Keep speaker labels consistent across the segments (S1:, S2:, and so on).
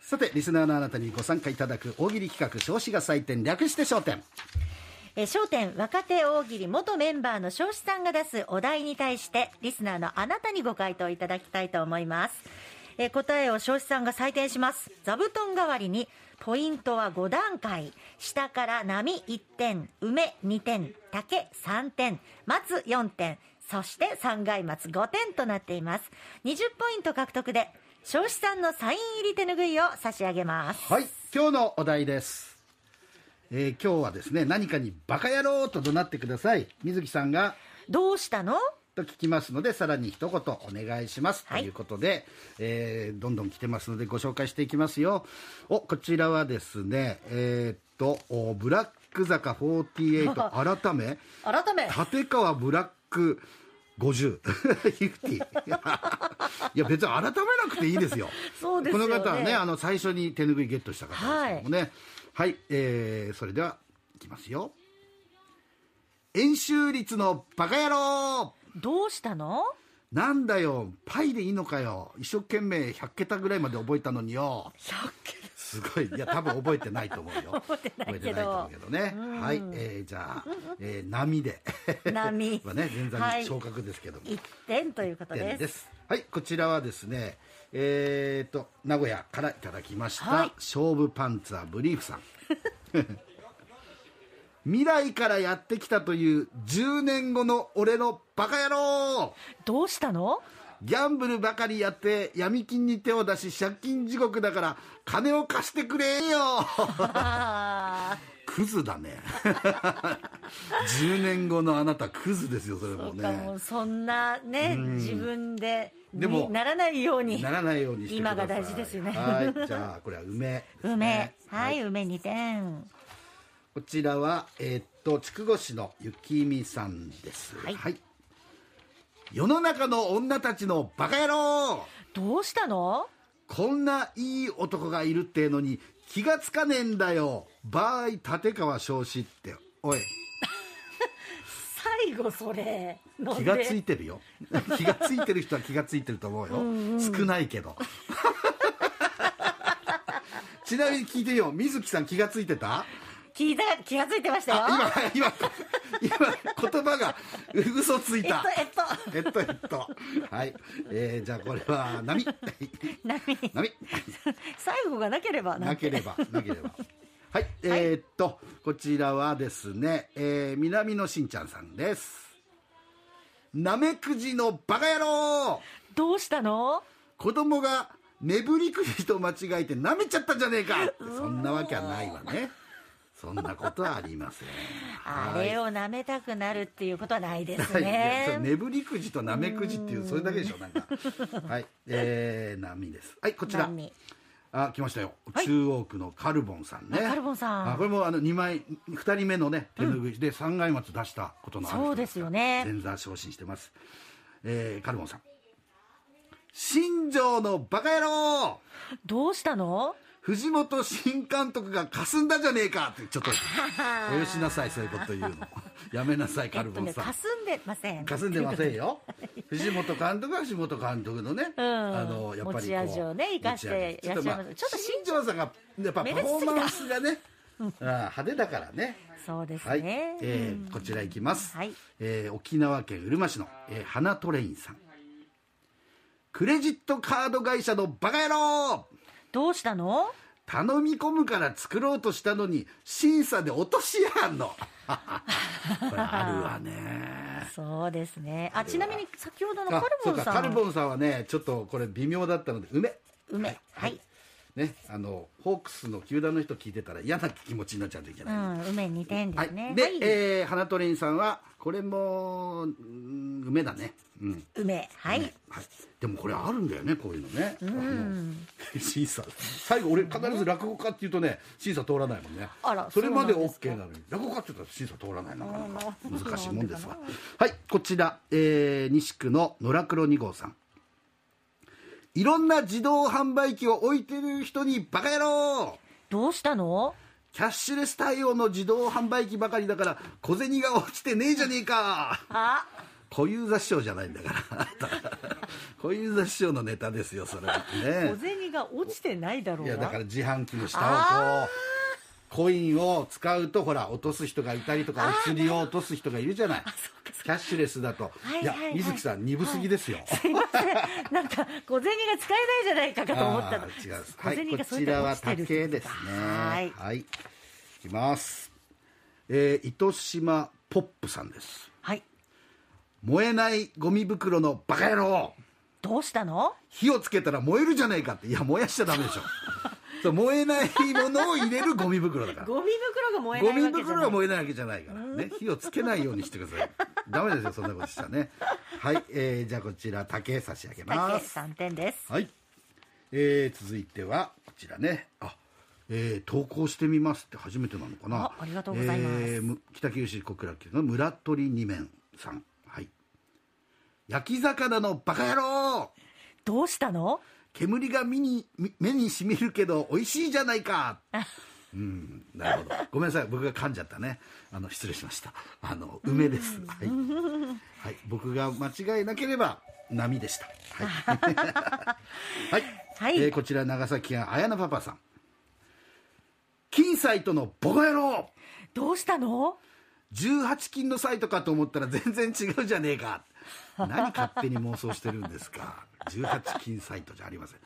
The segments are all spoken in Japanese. S1: さてリスナーのあなたにご参加いただく大喜利企画「少子が採点」略して『笑点
S2: えー焦点若手大喜利元メンバーの彰子さんが出すお題に対してリスナーのあなたにご回答いただきたいと思います、えー答えを彰子さんが採点します座布団代わりにポイントは5段階下から波1点梅2点竹3点松4点そして3階松5点となっています20ポイント獲得で彰子さんのサイン入り手ぬぐいを差し上げます
S1: はい今日のお題です、えー今日はですね何かに「バカ野郎」と怒鳴ってください水木さんが
S2: どうしたの
S1: と聞きますのでさらに一言お願いします、
S2: はい
S1: ということで、えーどんどん来てますのでご紹介していきますよおこちらはですねえーっとおブラック坂48改め
S2: 改め
S1: 立川ブラック50 50いや別に改めなくていいですよ
S2: そうですよね
S1: この方はねあの最初に手ぬぐいゲットした方ですけどもねはい、えーそれではいきますよ円周率のバカ野郎
S2: どうしたの
S1: なんだよパイでいいのかよ一生懸命100桁ぐらいまで覚えたのによ
S2: 100
S1: すごいいや多分覚えてないと思うよ
S2: 覚えてない
S1: 覚えて
S2: けど
S1: ないと思うけどね、はい、えーじゃあ、えー波で
S2: 波
S1: はね前座
S2: は
S1: に
S2: い
S1: 昇格ですけども、
S2: 1点ということ
S1: 点
S2: です
S1: ですはいこちらはですねえー、と名古屋からいただきました、
S2: はい
S1: 勝負パンツァーブリーフさん 未来からやってきたという10年後の俺のバカ野郎
S2: どうしたの
S1: ギャンブルばかりやって闇金に手を出し借金地獄だから金を貸してくれよ
S2: あ
S1: クズだね 10年後のあなたクズですよそれ
S2: ー
S1: も
S2: そうかも
S1: ね
S2: うそんなね自分で
S1: でも
S2: にならないように
S1: ならないようにしてください
S2: 今が大事ですよね
S1: はいじゃあこれは梅ですね、
S2: 梅はい、梅2点
S1: こちらはえーっと筑後市のゆきみさんです
S2: はい
S1: 世の中の女たちのバカ野郎
S2: どうしたの
S1: こんないい男がいるってのに気がつかねえんだよ場合立川少子っておい
S2: 最後それ飲んで
S1: 気がついてるよ 気がついてる人は気がついてると思うよ、少ないけ どちなみに聞いてみよう水木さん気がついてた
S2: 聞いた気がついてましたよ
S1: あ今今今言葉が嘘ついた
S2: えっと
S1: えっとえっとはい、えーじゃあこれは波
S2: えっと
S1: 波
S2: 最後がなければ
S1: なければ、なければ。はい、えーっと、こちらはですね、えー南のしんちゃんさんです。なめくじのバカ野郎
S2: どうしたの
S1: 子供がねぶりくじと間違えて舐めちゃったじゃねえかってそんなわけはないわね。そんなことはありません。
S2: あれを舐めたくなるっていうことはないです
S1: はい、ね
S2: ね
S1: ねぶりくじとなめくじっていう、それだけでしょ、なんか。 はい、えー、波です。はい、こちら。
S2: 波
S1: あ、来ましたよ。
S2: はい
S1: 中央区のカルボンさんね。
S2: あカルボンさん
S1: あこれもあの2枚、2人目のね、手拭いで三階松出したことのある人
S2: そうですよね
S1: 前座昇進してます。えー、カルボンさん。新庄のバカ野郎
S2: どうしたの
S1: 藤本新監督が霞んだじゃねえかって、ち ょっと、およしなさい、そういうこと言うの。やめなさい、カルボンさん。
S2: かすんでません
S1: 霞んでません よ藤本監督は藤本監督のね、
S2: ん
S1: あのやっぱりこう
S2: 持ち味をね生かしていらっしゃいます
S1: 持味
S2: ちょっと
S1: 新庄さんがやっぱパフォーマンスがねあー派手だからね
S2: そうです
S1: はい、
S2: ね、
S1: えーこちら行きます、
S2: はい
S1: えー沖縄県うるま市の、えー花トレインさんクレジットカード会社のバカ野郎
S2: どうしたの
S1: 頼み込むから作ろうとしたのに審査で落としやんの これあるわね
S2: そうですねあちなみに先ほどのカ
S1: あ
S2: ルボ
S1: そう
S2: ンさ
S1: か
S2: ん
S1: カルボンさんはねちょっとこれ微妙だったので梅
S2: 梅はい、
S1: ねあのホークスの球団の人聞いてたら嫌な気持ちになっちゃうといけない、
S2: うん、梅2点で
S1: は
S2: すね
S1: い、で、
S2: はい
S1: えー花鳥園さんはこれもうん梅だねうん
S2: 梅はい
S1: はい、でもこれあるんだよねこういうのね、あの審査最後俺必ず落語家っていうとね審査通らないもんね
S2: あら
S1: それまで
S2: そうなんですか
S1: OK なのに落語家って言ったら審査通らないなかなか難しいもんですわはいこちら、えー西区の野良黒2号さんいろんな自動販売機を置いてる人にバカ野郎
S2: どうしたの
S1: キャッシュレス対応の自動販売機ばかりだから小銭が落ちてねえじゃねえか
S2: あ
S1: 小遊三師匠じゃないんだから 小遊三師匠のネタですよそれはね
S2: 小銭が落ちてないだろう
S1: い
S2: な
S1: やだから自販機の下をこうコインを使うとほら落とす人がいたりとかお釣りを落とす人がいるじゃないキャッシュレスだと、
S2: いはいはい
S1: や水木さん鈍すぎですよ、
S2: すいません なんか小銭が使えないじゃないかかと思った
S1: あ
S2: の
S1: ー違う
S2: 小
S1: はい
S2: 銭
S1: こ
S2: がそう
S1: ち
S2: や
S1: らは
S2: って落ちてる
S1: 竹ですね
S2: はい
S1: はいいきますえー糸島ポップさんです
S2: はい
S1: 燃えないゴミ袋のバカ野郎
S2: どうしたの
S1: 火をつけたら燃えるじゃないかっていや燃やしちゃダメでし ょそう燃えないものを入れるゴミ袋だから
S2: ゴミ袋が 燃え
S1: ゴ
S2: ない
S1: ミ
S2: わけじゃ
S1: 袋
S2: ない
S1: は燃えないわけじゃないからね火をつけないようにしてください ダメですよそんなことしたらねはい、えーじゃあこちら竹差し上げま
S2: 竹
S1: す
S2: 三点です
S1: はい、えー続いてはこちらねあえー投稿してみますって初めてなのかな
S2: あありがとうございます
S1: む北九州小倉区の村鳥二面さんはい焼き魚のバカ野郎
S2: どうしたの
S1: 煙が目にみ目にしみるけど美味しいじゃないかうんなるほどごめんなさい僕が噛んじゃったねあの失礼しましたあの梅ですはい、はい、僕が間違えなければ波でしたはい、 はい
S2: はい
S1: えーこちら長崎県綾菜パパさん金サイトのボコ野郎
S2: どうしたの
S1: 18金のサイトかと思ったら全然違うじゃねえか何勝手に妄想してるんですか18金サイトじゃありません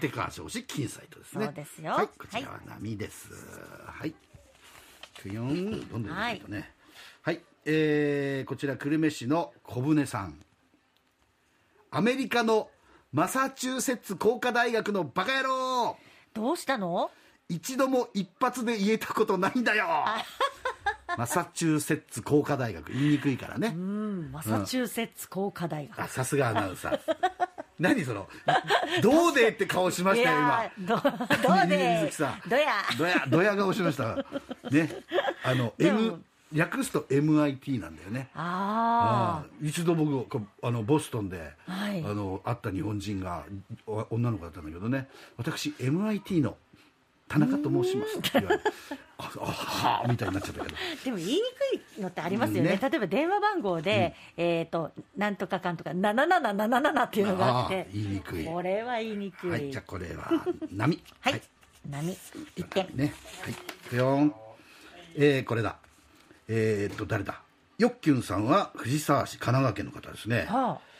S1: 立川少子金サイトですね
S2: そうですよ
S1: はいこちらは波ですはいくよんどんどん
S2: はい
S1: いくとねはい、えーこちら久留米市の小舟さんアメリカのマサチューセッツ工科大学のバカ野郎
S2: どうしたの
S1: 一度も一発で言えたことないん だよマサチューセッツ工科大学言いにくいからね
S2: うんマサチューセッツ工科大学、
S1: あさすがアナウンサー何そのどうでって顔しま
S2: い
S1: したよ今
S2: やーどどう
S1: 水
S2: で
S1: 木さん
S2: どや
S1: ドヤドヤ顔しましたねあの
S2: でも
S1: M 略すと MIT なんだよね
S2: あ
S1: うん一度僕こあのボストンで、
S2: はい
S1: あの会った日本人がお女の子だったんだけどね私 MIT の田中と申しますって言われてああはあみたいになっちゃったけど
S2: あでも言いにくいのってありますよね
S1: ね
S2: 例えば電話番号で、えっ、となんとかかんとか7777っていうのがあって
S1: ー言いにくい
S2: これは言いにくい
S1: はいじゃあこれは波
S2: はい、波一点
S1: ねはいぴょーんえーこれだえーっと誰だよっきゅんさんは藤沢市神奈川県の方ですね
S2: はあ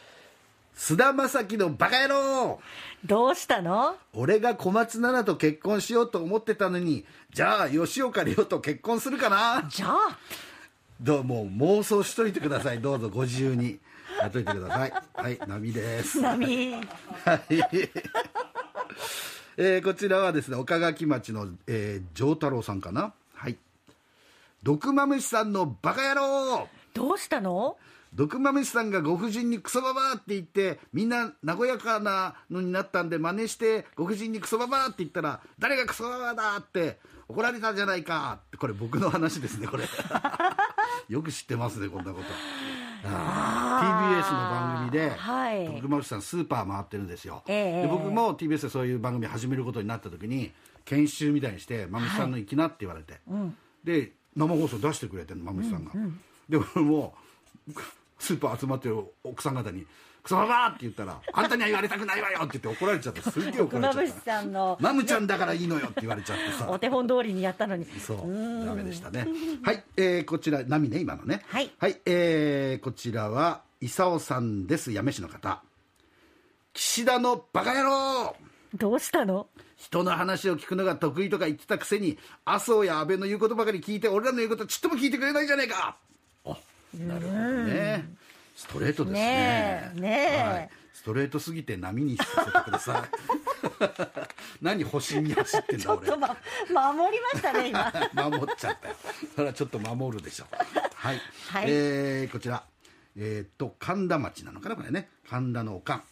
S1: 菅田将暉のバカ野郎
S2: どうしたの
S1: 俺が小松菜奈と結婚しようと思ってたのにじゃあ吉岡里帆と結婚するかな
S2: じゃあ
S1: どうも妄想しといてくださいどうぞご自由にやっといてくださいはい波です
S2: 波
S1: はい、えーこちらはですね岡垣町の、えー、丈太郎さんかなはい毒まむしさんのバカ野郎
S2: どうしたの
S1: 毒まむしさんがご婦人にクソババアって言ってみんな和やかなのになったんで真似してご婦人にクソババアって言ったら誰がクソババアだって怒られたじゃないかってこれ僕の話ですね これよく知ってますねこんなこと
S2: あ
S1: TBS の番組で、
S2: はい
S1: 徳丸さんスーパー回ってるんですよ、
S2: ええ
S1: で僕も TBS でそういう番組始めることになった時に研修みたいにして「まむしさんの行きな」って言われて、で生放送出してくれてんのまむしさんが、で俺もスーパー集まってる奥さん方に「クソババー!」って言ったら「あんたには言われたくないわよ!」って言って怒られちゃってすっげえ怒られ
S2: 熊
S1: ちゃっ
S2: 淵
S1: た
S2: さんの
S1: マムちゃんだからいいのよって言われちゃって
S2: お
S1: さ
S2: 手本通りにやったのに
S1: そうダメでしたねはい、えーこちら波ね今のね
S2: はい
S1: えーこちらは伊佐尾さんです八女市の方岸田のバカ野郎
S2: どうしたの
S1: 人の話を聞くのが得意とか言ってたくせに麻生や安倍の言うことばかり聞いて俺らの言うことちっとも聞いてくれないじゃねえかあなるほどねストレートですね
S2: ねえねえ
S1: はい、ストレートすぎて波にさせてください 何星に走ってん
S2: ち
S1: だ
S2: ょっ
S1: 俺
S2: と、ま、守りましたね今
S1: 守っちゃったよそれはちょっと守るでしょはい、
S2: はい
S1: えーこちらえーっと神田町なのかなこれね神田のおかん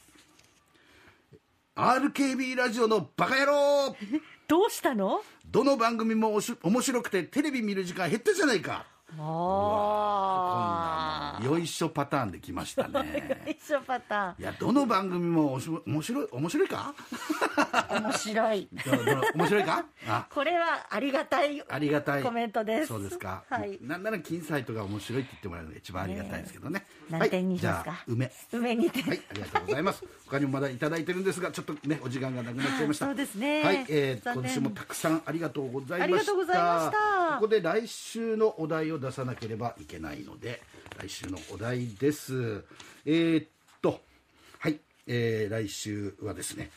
S1: RKB ラジオのバカ野郎
S2: どうしたの
S1: どの番組もおし面白くてテレビ見る時間減ったじゃないかこんなよいしょパターンできましたね
S2: 一緒パタ
S1: いやどの番組もおし面白い面白いか
S2: ーン面白い
S1: どのどの面白いかあ
S2: これはありがたい
S1: ありがたい
S2: コメントです
S1: そうですか、
S2: はい
S1: なんなら金サイトが面白いって言ってもらえるのが一番ありがたいですけどねはい
S2: 何点にします
S1: じゃ
S2: か
S1: あ梅
S2: 梅にて、
S1: はい、ありがとうございます。他にもまだいただいてるんですが、ちょっとね、お時間がなくなっちゃいました。
S2: そうですね
S1: はい、えー、
S2: 残念
S1: 今週もたくさんありがとうございました。
S2: ありがとうございました
S1: ここで来週のお題を出さなければいけないので、来週のお題です。えー、っと、はい、えー、来週はですね。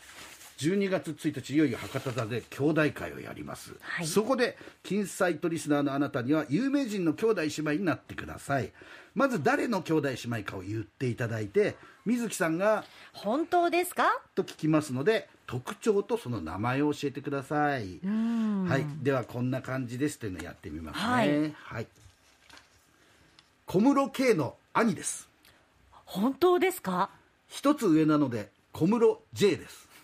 S1: 12月1日いよいよ博多座で兄弟会をやります、
S2: はい
S1: そこで金サイトリスナーのあなたには有名人の兄弟姉妹になってくださいまず誰の兄弟姉妹かを言っていただいて水木さんが
S2: 本当ですか
S1: と聞きますので特徴とその名前を教えてください、はい、ではこんな感じですというのをやってみますね
S2: は
S1: はいい、小室圭の兄です
S2: 本当ですか
S1: 一つ上なので小室 J です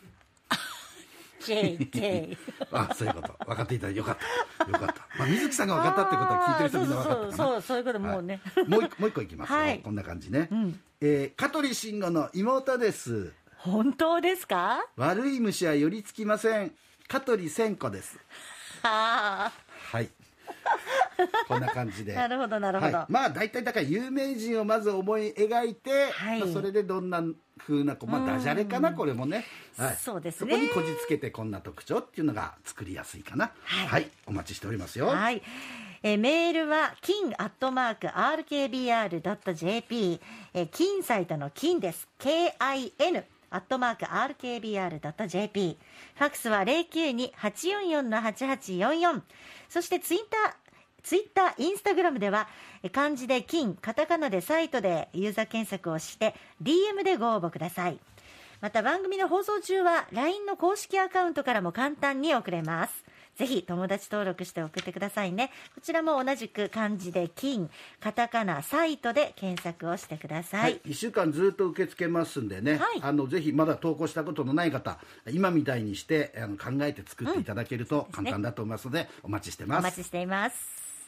S2: JK
S1: あそういうこと分かっていただいてよかったよかった、まあ、水木さんが 分かったってことは聞いてる人みんな分かったかな
S2: そうそうそうそういうこともうね、
S1: はいもう一個もう一個いきますよ、
S2: はい
S1: こんな感じね、えー香取慎吾の妹です
S2: 本当ですか
S1: 悪い虫は寄りつきません香取千子です
S2: あ
S1: はい。こんな感じで。
S2: あなるほどなるほど、
S1: はい、まあ大体だから有名人をまず思い描いて、
S2: はい
S1: まあそれでどんな風な子まあダジャレかなこれもね、はい、
S2: そうですね
S1: そこにこじつけてこんな特徴っていうのが作りやすいかな
S2: はい
S1: お待ちしておりますよ
S2: はいえーメールは金アットマーク RKBR.jp、えー金サイトの金です KIN アットマーク RKBR.jp ファックスは092-844-8844そしてツイッターツイッター、インスタグラムでは、えー漢字で金、カタカナでサイトでユーザー検索をして、DM でご応募ください。また番組の放送中は LINE の公式アカウントからも簡単に送れますぜひ友達登録して送ってくださいねこちらも同じく漢字で金カタカナサイトで検索をしてくださ、
S1: はいい、1週間ずっと受け付けますんでね、
S2: はい
S1: あのぜひまだ投稿したことのない方今みたいにしてあの考えて作っていただけると簡単だと思いますので、お待ちして
S2: お
S1: ます
S2: 待ちしています